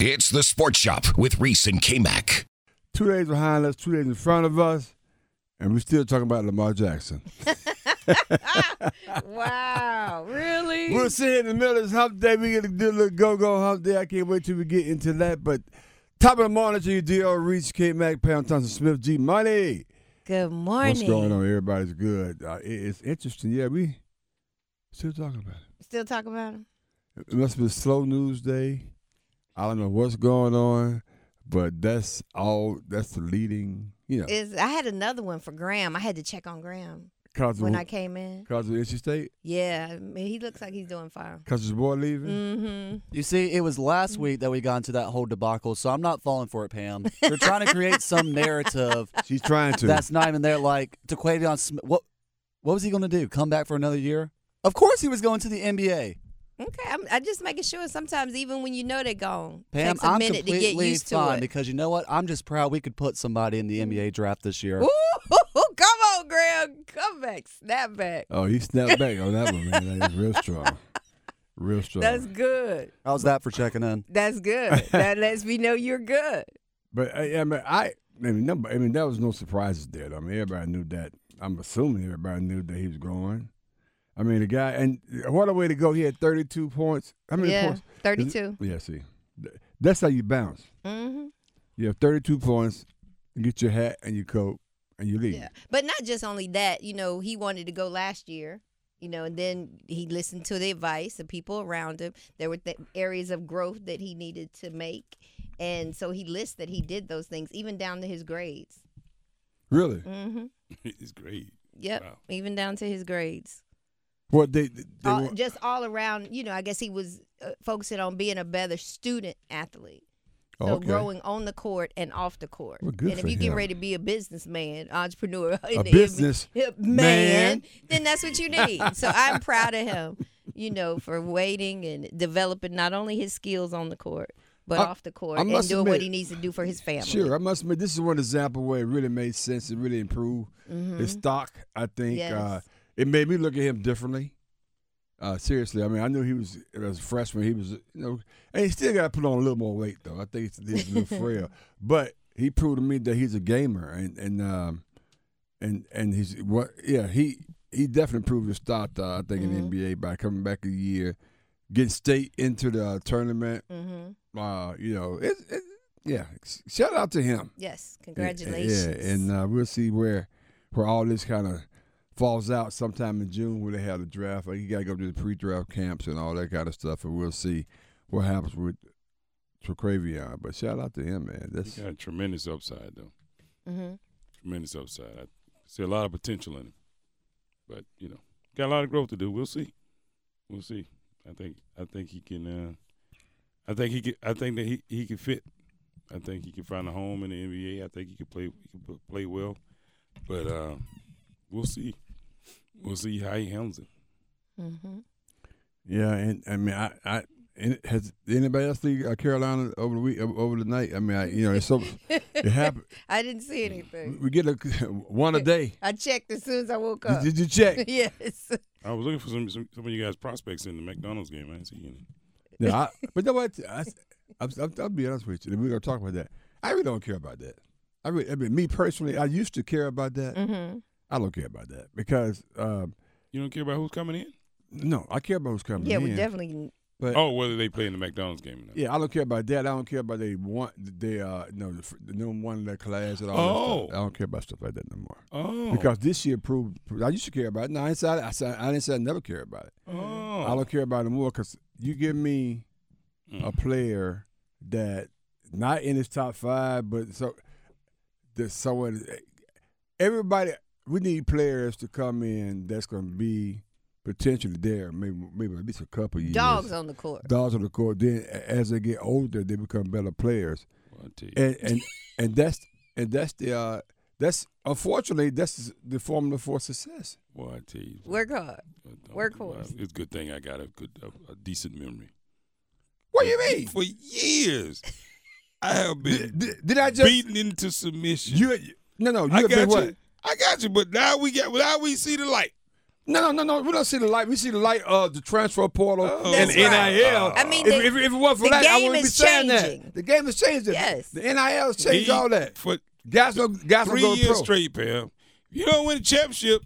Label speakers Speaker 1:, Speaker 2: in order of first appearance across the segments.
Speaker 1: It's the Sports Shop with Reese and K Mac.
Speaker 2: Two days behind us, two days in front of us, and we're still talking about Lamar Jackson.
Speaker 3: wow, really?
Speaker 2: We'll sit here in the middle of this hump day. We get to do a little go go hump day. I can't wait till we get into that. But top of the morning to you, DR Reese, K Mac, Pound Thompson Smith, G Money.
Speaker 3: Good morning.
Speaker 2: What's going on? Everybody's good. Uh, it- it's interesting. Yeah, we still talking about it.
Speaker 3: Still talk about him?
Speaker 2: It must have been slow news day. I don't know what's going on, but that's all. That's the leading. You know,
Speaker 3: Is I had another one for Graham. I had to check on Graham
Speaker 2: cause
Speaker 3: when
Speaker 2: of,
Speaker 3: I came in.
Speaker 2: cause of NC State,
Speaker 3: Yeah, I mean, he looks like he's doing fine.
Speaker 2: cause his boy leaving.
Speaker 3: Mm-hmm.
Speaker 4: You see, it was
Speaker 3: Mm.
Speaker 4: last week that we got into that whole debacle, so I'm not falling for it, Pam. They're trying to create some narrative
Speaker 2: She's trying to.
Speaker 4: that's not even there. Like to Quavion Smith, what what was he going to do? Come back for another year? Of course, he was going to the NBA.
Speaker 3: Okay, I'm, I'm just making sure. Sometimes even when you know they're gone,
Speaker 4: Pam,
Speaker 3: takes a
Speaker 4: I'm
Speaker 3: minute to
Speaker 4: completely
Speaker 3: get used to
Speaker 4: fine
Speaker 3: it.
Speaker 4: because you know what? I'm just proud we could put somebody in the NBA draft this year.
Speaker 3: Ooh, come on, Graham, come back, snap back.
Speaker 2: oh, he snapped back on that one, man. That is real strong. Real strong.
Speaker 3: That's good.
Speaker 4: How's that for checking in?
Speaker 3: That's good. that lets me know you're good.
Speaker 2: but I, I mean, I, I mean, number, I mean, that was no surprises there. though. I mean, everybody knew that. I'm assuming everybody knew that he was going. I mean, the guy, and what a way to go. He had 32 points. How many
Speaker 3: yeah,
Speaker 2: points?
Speaker 3: thirty-two.
Speaker 2: Yeah, see, Th- that's how you bounce.
Speaker 3: Mm-hmm.
Speaker 2: You have 32 points. You get your hat and your coat, and you leave.
Speaker 3: Yeah. But not just only that, you know, he wanted to go last year, you know, and then he listened to the advice of people around him. There were th- areas of growth that he needed to make. And so he lists that he did those things, even down to his grades.
Speaker 2: Really?
Speaker 3: Mm-hmm.
Speaker 5: It's great.
Speaker 3: Yep.
Speaker 5: Wow.
Speaker 3: Even down to his grades.
Speaker 2: Well, they, they, they
Speaker 3: All,
Speaker 2: were-
Speaker 3: Oh, just all around, you know, I guess he was uh, focusing on being a better student athlete. So
Speaker 2: Oh, okay.
Speaker 3: growing on the court and off the court.
Speaker 2: Well, good
Speaker 3: and
Speaker 2: for
Speaker 3: if you get
Speaker 2: him.
Speaker 3: ready to be a businessman, entrepreneur, in
Speaker 2: a
Speaker 3: the NBA
Speaker 2: business.
Speaker 3: man,
Speaker 2: man.
Speaker 3: then that's what you need. so I'm proud of him, you know, for waiting and developing not only his skills on the court, but
Speaker 2: I-
Speaker 3: off the court
Speaker 2: I
Speaker 3: and doing
Speaker 2: must
Speaker 3: what
Speaker 2: admit-
Speaker 3: he needs to do for his family.
Speaker 2: Sure, I must admit this is one example where it really made sense. It really improved
Speaker 3: Mm-hmm.
Speaker 2: his stock. I think
Speaker 3: Yes.
Speaker 2: uh, it made me look at him differently. Uh, seriously, I mean, I knew he was as a freshman. He was, you know, and he still got to put on a little more weight though. I think he's, he's a little frail, but he proved to me that he's a gamer and and um, and and he's what? Yeah, he he definitely proved his stock. Uh, I think
Speaker 3: Mm-hmm.
Speaker 2: in the NBA by coming back a year, getting state into the uh, tournament.
Speaker 3: Mm-hmm.
Speaker 2: Uh, you know, it, it, yeah. Shout out to him.
Speaker 3: Yes,
Speaker 2: Yeah,
Speaker 3: congratulations.
Speaker 2: Yeah, and uh, we'll see where where all this kind of falls out sometime in June when they have the draft. Like you got to go to the pre-draft camps and all that kind of stuff, and we'll see what happens with Traquavion. But shout out to him, man. That's
Speaker 5: He got a tremendous upside, though.
Speaker 3: Mhm.
Speaker 5: Tremendous upside. I see a lot of potential in him, but you know, got a lot of growth to do. We'll see. We'll see. I think. I think he can. Uh, I think he can. I think that he, he can fit. I think he can find a home in the NBA. I think he can play. He can p- play well, but uh, we'll see. We'll see how he handles it.
Speaker 3: Mm-hmm.
Speaker 2: yeah. And I mean, I. I and has anybody else see uh, Carolina over the week over the night? I mean, I, you know, it's so it happened.
Speaker 3: I didn't see anything.
Speaker 2: We get a, one a day.
Speaker 3: I checked as soon as I woke
Speaker 2: Did,
Speaker 3: up.
Speaker 2: did you check?
Speaker 3: yes.
Speaker 5: I was looking for some some, some of you guys' prospects in the McDonald's game. I didn't see any.
Speaker 2: Yeah, I, but you know what? I, I'm, I'm, I'll be honest with you. and We're gonna talk about that. I really don't care about that. I, really, I mean, me personally, I used to care about that.
Speaker 3: Mm-hmm.
Speaker 2: I don't care about that because um,
Speaker 5: You don't care about who's coming
Speaker 2: Uh,
Speaker 5: in?
Speaker 2: no, I care about who's coming.
Speaker 3: Yeah,
Speaker 2: in,
Speaker 3: we definitely.
Speaker 2: But
Speaker 5: Oh, whether they play in the McDonald's game or not.
Speaker 2: yeah, I don't care about that. I don't care about they want they uh no the, fr- the new one in their class and all. that
Speaker 5: Oh.
Speaker 2: stuff. I don't care about stuff like that no more.
Speaker 5: Oh.
Speaker 2: Because this year proved I used to care about it. No, I didn't say I, I, said- I didn't say I never care about it.
Speaker 5: oh.
Speaker 2: I don't care about it more because you give me a player that not in his top five, but so that someone everybody we need players to come in that's going to be potentially there, maybe maybe at least a couple years.
Speaker 3: Dogs on the court.
Speaker 2: dogs on the court. Then a- as they get older, they become better players,
Speaker 5: Well, I tell you.
Speaker 2: and and and that's and that's the uh, that's unfortunately that's the formula for success.
Speaker 5: Well, I tell you.
Speaker 3: Work hard.
Speaker 5: I don't-
Speaker 3: workhorse.
Speaker 5: It's a good thing I got a good, a, a decent memory.
Speaker 2: What do you mean?
Speaker 5: For years, I have been
Speaker 2: Did, did I just
Speaker 5: beaten into submission.
Speaker 2: you? No, no, you
Speaker 5: I
Speaker 2: have
Speaker 5: got
Speaker 2: been
Speaker 5: you.
Speaker 2: what?
Speaker 5: I got you. But now we got. Now we see the light.
Speaker 2: No, no, no, no. We don't see the light. We see the light of the transfer portal
Speaker 5: Oh.
Speaker 2: and
Speaker 3: That's right.
Speaker 2: NIL.
Speaker 3: I mean,
Speaker 2: if,
Speaker 3: the-
Speaker 2: if, if it wasn't for
Speaker 3: the
Speaker 2: that, I
Speaker 3: game
Speaker 2: wouldn't be
Speaker 3: is
Speaker 2: saying
Speaker 3: changing.
Speaker 2: that. The game is changing.
Speaker 3: Yes.
Speaker 2: The NIL changed
Speaker 5: He-
Speaker 2: all that.
Speaker 5: for
Speaker 2: Guys, don't, guys don't
Speaker 5: three
Speaker 2: go to
Speaker 5: years
Speaker 2: pro.
Speaker 5: straight, pal. You don't win a championship.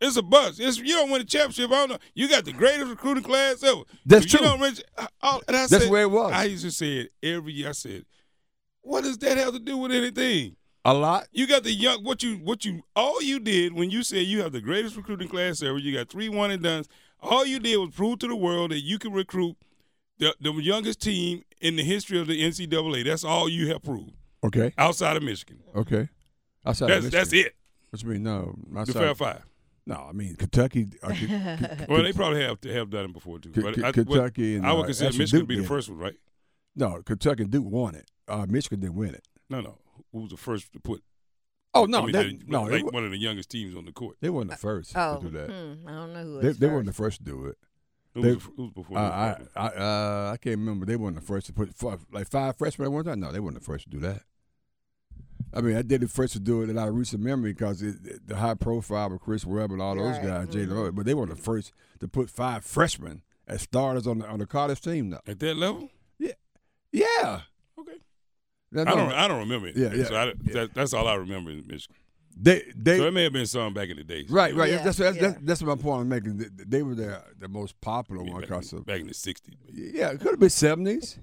Speaker 5: It's a bust. It's, you don't win a championship. I don't know. You got the greatest recruiting class ever.
Speaker 2: That's
Speaker 5: If
Speaker 2: true.
Speaker 5: You don't win, oh, and I
Speaker 2: That's
Speaker 5: said,
Speaker 2: where it was.
Speaker 5: I used to say it every year. I said, "What does that have to do with anything?"
Speaker 2: A lot.
Speaker 5: You got the young what you what you all you did when you said you have the greatest recruiting class ever. You got three one and duns. All you did was prove to the world that you can recruit the, the youngest team in the history of the NCAA. That's all you have proved
Speaker 2: Okay.
Speaker 5: outside of Michigan.
Speaker 2: Okay. Outside
Speaker 5: That's
Speaker 2: of
Speaker 5: that's it.
Speaker 2: What you mean? No.
Speaker 5: The
Speaker 2: outside-
Speaker 5: Fair Five.
Speaker 2: No, I mean Kentucky. uh, K- K-
Speaker 5: Well, they probably have to have done it before too.
Speaker 2: K-
Speaker 5: But
Speaker 2: K-
Speaker 5: I, but
Speaker 2: Kentucky and
Speaker 5: I
Speaker 2: uh,
Speaker 5: would consider
Speaker 2: actually
Speaker 5: Michigan
Speaker 2: Duke
Speaker 5: to be the
Speaker 2: did.
Speaker 5: first one, right?
Speaker 2: No, Kentucky and Duke won it. Uh, Michigan didn't win it.
Speaker 5: No, no. Who was the first to put?
Speaker 2: Oh
Speaker 5: I
Speaker 2: no,
Speaker 5: mean,
Speaker 2: that,
Speaker 5: they-
Speaker 2: no, they,
Speaker 5: like
Speaker 2: wa-
Speaker 5: one of the youngest teams on the court.
Speaker 2: they weren't the first
Speaker 3: Oh,
Speaker 2: to do that.
Speaker 3: hmm, I don't know who.
Speaker 2: They,
Speaker 3: it's
Speaker 2: they
Speaker 3: for.
Speaker 2: weren't the first to do it.
Speaker 5: Who
Speaker 2: They-
Speaker 5: was, the- who was before?
Speaker 2: I,
Speaker 5: the
Speaker 2: I,
Speaker 5: Fair Five?
Speaker 2: I, uh, I can't remember. They weren't the first to put five, like five freshmen at one time. No, they weren't the first to do that. I mean, I did the first to do it in our recent memory because it, it- the high profile of Chris Webb and all those
Speaker 3: Right,
Speaker 2: guys, Jalen
Speaker 3: mhm.
Speaker 2: Rose, but they weren't the first to put five freshmen as starters on the, on the college team. Though.
Speaker 5: At that level,
Speaker 2: Yeah.
Speaker 5: Okay.
Speaker 2: No,
Speaker 5: I
Speaker 2: no,
Speaker 5: don't. I don't remember it.
Speaker 2: Yeah, yeah.
Speaker 5: So I, that, that's all I remember in Michigan.
Speaker 2: They, they,
Speaker 5: so it may have been some back in the day.
Speaker 2: right, right.
Speaker 3: Yeah,
Speaker 2: that's, that's,
Speaker 3: yeah.
Speaker 2: that's that's my point I'm making. They, they were the the most popular
Speaker 5: Back,
Speaker 2: one
Speaker 5: in-
Speaker 2: because of
Speaker 5: back in the '60s.
Speaker 2: yeah, it could have been seventies.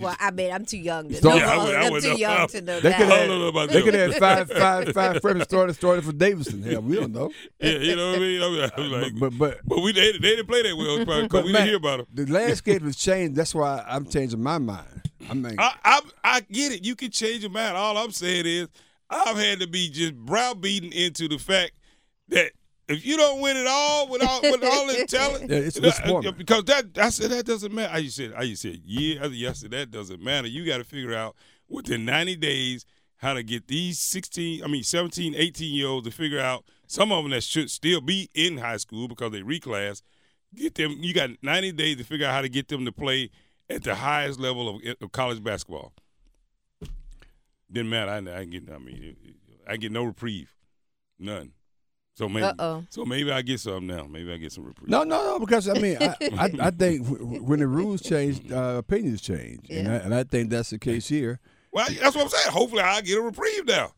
Speaker 3: Well, I mean, I'm too young to know.
Speaker 2: Stop.
Speaker 5: Yeah, I would- I
Speaker 3: I'm
Speaker 5: would
Speaker 3: too
Speaker 5: know.
Speaker 3: young to know
Speaker 2: They
Speaker 3: that.
Speaker 2: could
Speaker 5: I
Speaker 2: have-
Speaker 5: don't know about
Speaker 2: They
Speaker 5: that.
Speaker 2: could have had five, five, five freshmen started started for Davidson. Hell, we don't know.
Speaker 5: yeah, you know what I mean. I was, I was like, but,
Speaker 2: but but
Speaker 5: we they, they didn't play that well, probably because
Speaker 2: But
Speaker 5: we
Speaker 2: Matt-
Speaker 5: didn't hear about them.
Speaker 2: the landscape has changed. That's why I'm changing my mind. I mean,
Speaker 5: I, I I get it. You can change your mind. All I'm saying is, I've had to be just browbeaten into the fact that if you don't win it all with all with all this talent,
Speaker 2: Yeah, it's-
Speaker 5: Nah,
Speaker 2: it's warmer.
Speaker 5: uh, because that I said that doesn't matter. I used to say I used to say yeah, yes, that doesn't matter. You got to figure out within 90 days how to get these 16, I mean 17, 18 year olds to figure out some of them that should still be in high school because they reclass. Get them. You got 90 days to figure out how to get them to play at the highest level of, of college basketball. Didn't matter. I, I get. I mean, it- it- I get no reprieve, none. So maybe.
Speaker 3: Uh-oh.
Speaker 5: So maybe I get some now. Maybe I get some reprieve.
Speaker 2: no, no, no, because I mean, I, I, I think w- w- when the rules change, uh, opinions change, and, I,
Speaker 3: Yeah.
Speaker 2: and I think that's the case here.
Speaker 5: Well, I- that's what I'm saying. Hopefully, I get a reprieve now.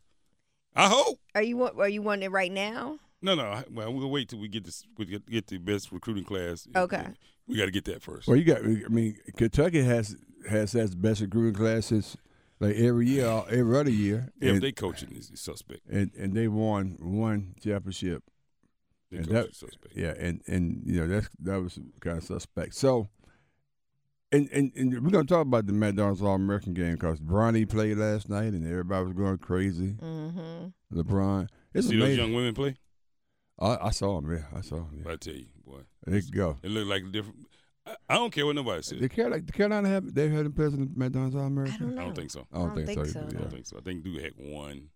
Speaker 5: I hope.
Speaker 3: Are you want? Are you wanting it right now?
Speaker 5: No, no. I- Well, we'll wait till we get this. We get, get the best recruiting class.
Speaker 3: Okay.
Speaker 5: We got to get that first.
Speaker 2: Well, you got. I mean, Kentucky has has has the best recruiting class since like every year, or every other year,
Speaker 5: yeah,
Speaker 2: and,
Speaker 5: they coaching is suspect.
Speaker 2: and and they won one championship.
Speaker 5: They
Speaker 2: And
Speaker 5: coaching
Speaker 2: that-
Speaker 5: is suspect.
Speaker 2: Yeah, and and you know that's that was kind of suspect. So, and and, and we're gonna talk about the Matt Donald's All American game because Bronny played last night and everybody was going crazy.
Speaker 3: Mm-hmm.
Speaker 2: LeBron, it's
Speaker 5: See those
Speaker 2: amazing.
Speaker 5: young women play?
Speaker 2: I, I saw him. Yeah, I saw him. Yeah.
Speaker 5: I tell you, boy,
Speaker 2: They could go.
Speaker 5: it looked like a different. I, I don't care what nobody says.
Speaker 2: Did Carolina, did Carolina have they had him play in the Matt Donald's All
Speaker 3: I
Speaker 2: American?
Speaker 3: don't
Speaker 5: I
Speaker 3: know.
Speaker 5: don't think so.
Speaker 2: I don't think so.
Speaker 5: I
Speaker 2: Yeah.
Speaker 5: don't think so. I think Duke had one.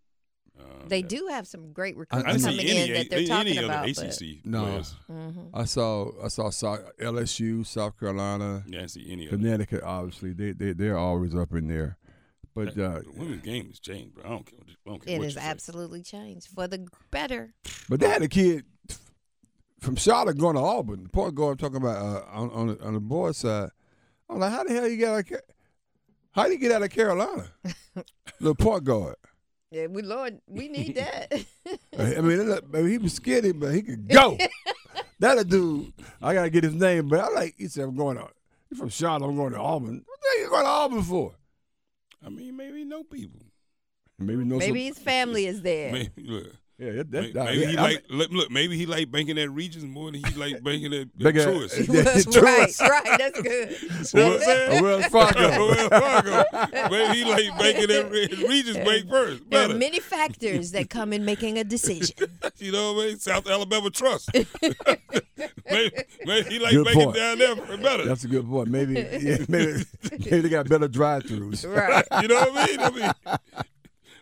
Speaker 5: Um,
Speaker 3: They
Speaker 5: that-
Speaker 3: do have some great
Speaker 2: I
Speaker 3: recruits
Speaker 5: didn't
Speaker 3: coming
Speaker 5: see
Speaker 3: in that they're
Speaker 5: any
Speaker 3: talking
Speaker 5: of the
Speaker 3: about.
Speaker 5: ACC
Speaker 2: No.
Speaker 5: players.
Speaker 3: hmm
Speaker 2: I saw I saw South, LSU, South Carolina,
Speaker 5: Yeah, I didn't see any of them.
Speaker 2: Connecticut. Obviously, they they they're always up in there. But uh,
Speaker 5: the women's game has changed, bro. I don't care. what- I don't care
Speaker 3: It
Speaker 5: what
Speaker 3: has
Speaker 5: you say.
Speaker 3: absolutely changed for the better.
Speaker 2: But they had a kid from Charlotte going to Auburn. The point guard I'm talking about uh, on on the, on the boys' side. I'm like, how the hell you get out? Of, Ca- how do you get out of Carolina? Little point guard.
Speaker 3: Yeah, we Lord, we need that.
Speaker 2: I I mean, look, I mean, he was skinny, but he could go. that a dude. I gotta get his name, but I like. He said, "I'm going to. He's from Charlotte. I'm going to Auburn. What the hell you going to Auburn for?
Speaker 5: I mean, maybe no people.
Speaker 2: Maybe no.
Speaker 3: Maybe his family is there.
Speaker 5: Maybe, look,
Speaker 2: Yeah, that,
Speaker 5: May-
Speaker 2: that, that-
Speaker 5: Maybe he
Speaker 2: yeah,
Speaker 5: like look, look. Maybe he like banking at Regions more than he like banking at at
Speaker 2: Big ass-
Speaker 5: Truist.
Speaker 2: Yeah,
Speaker 3: That's
Speaker 2: true.
Speaker 3: right, right. That's good.
Speaker 5: You know what I'm
Speaker 2: I'm,
Speaker 5: saying?
Speaker 2: well, Fargo.
Speaker 5: Wells Fargo. Maybe he like banking at Re- Regions Bank first.
Speaker 3: There are
Speaker 5: Better.
Speaker 3: many factors that come in making a decision.
Speaker 5: You know what I mean? South Alabama Trust. maybe, maybe he like
Speaker 2: Good
Speaker 5: banking
Speaker 2: point.
Speaker 5: down there for better.
Speaker 2: That's a good point. Maybe, yeah, maybe, maybe they got better drive-throughs.
Speaker 3: Right.
Speaker 5: you know what I mean? I mean,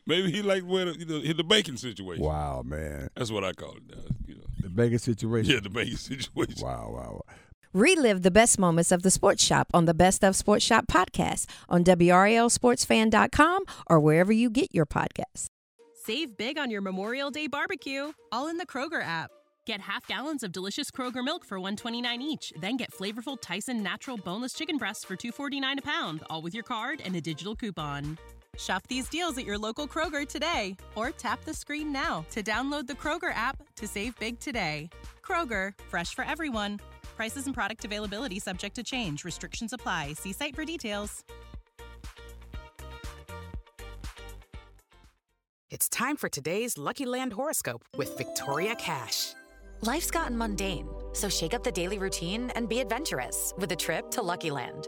Speaker 5: maybe he like where the, you know, hit the banking situation.
Speaker 2: Wow, man,
Speaker 5: That's what I call it. Now, you know,
Speaker 2: the Vegas situation.
Speaker 5: yeah, the banking situation.
Speaker 2: Wow, wow, wow.
Speaker 3: Relive the best moments of the Sports Shop on the Best of Sports Shop podcast on WRLSportsFan.com or wherever you get your podcasts.
Speaker 6: Save big on your Memorial Day barbecue, all in the Kroger app. Get half gallons of delicious Kroger milk for 129 each, then get flavorful Tyson natural boneless chicken breasts for 249 a pound, all with your card and a digital coupon. Shop these deals at your local Kroger today or tap the screen now to download the Kroger app to save big today. Kroger, fresh for everyone. Prices and product availability subject to change. Restrictions apply. See site for details.
Speaker 7: It's time for today's Lucky Land horoscope with Victoria Cash.
Speaker 8: Life's gotten mundane, so shake up the daily routine and be adventurous with a trip to Lucky Land.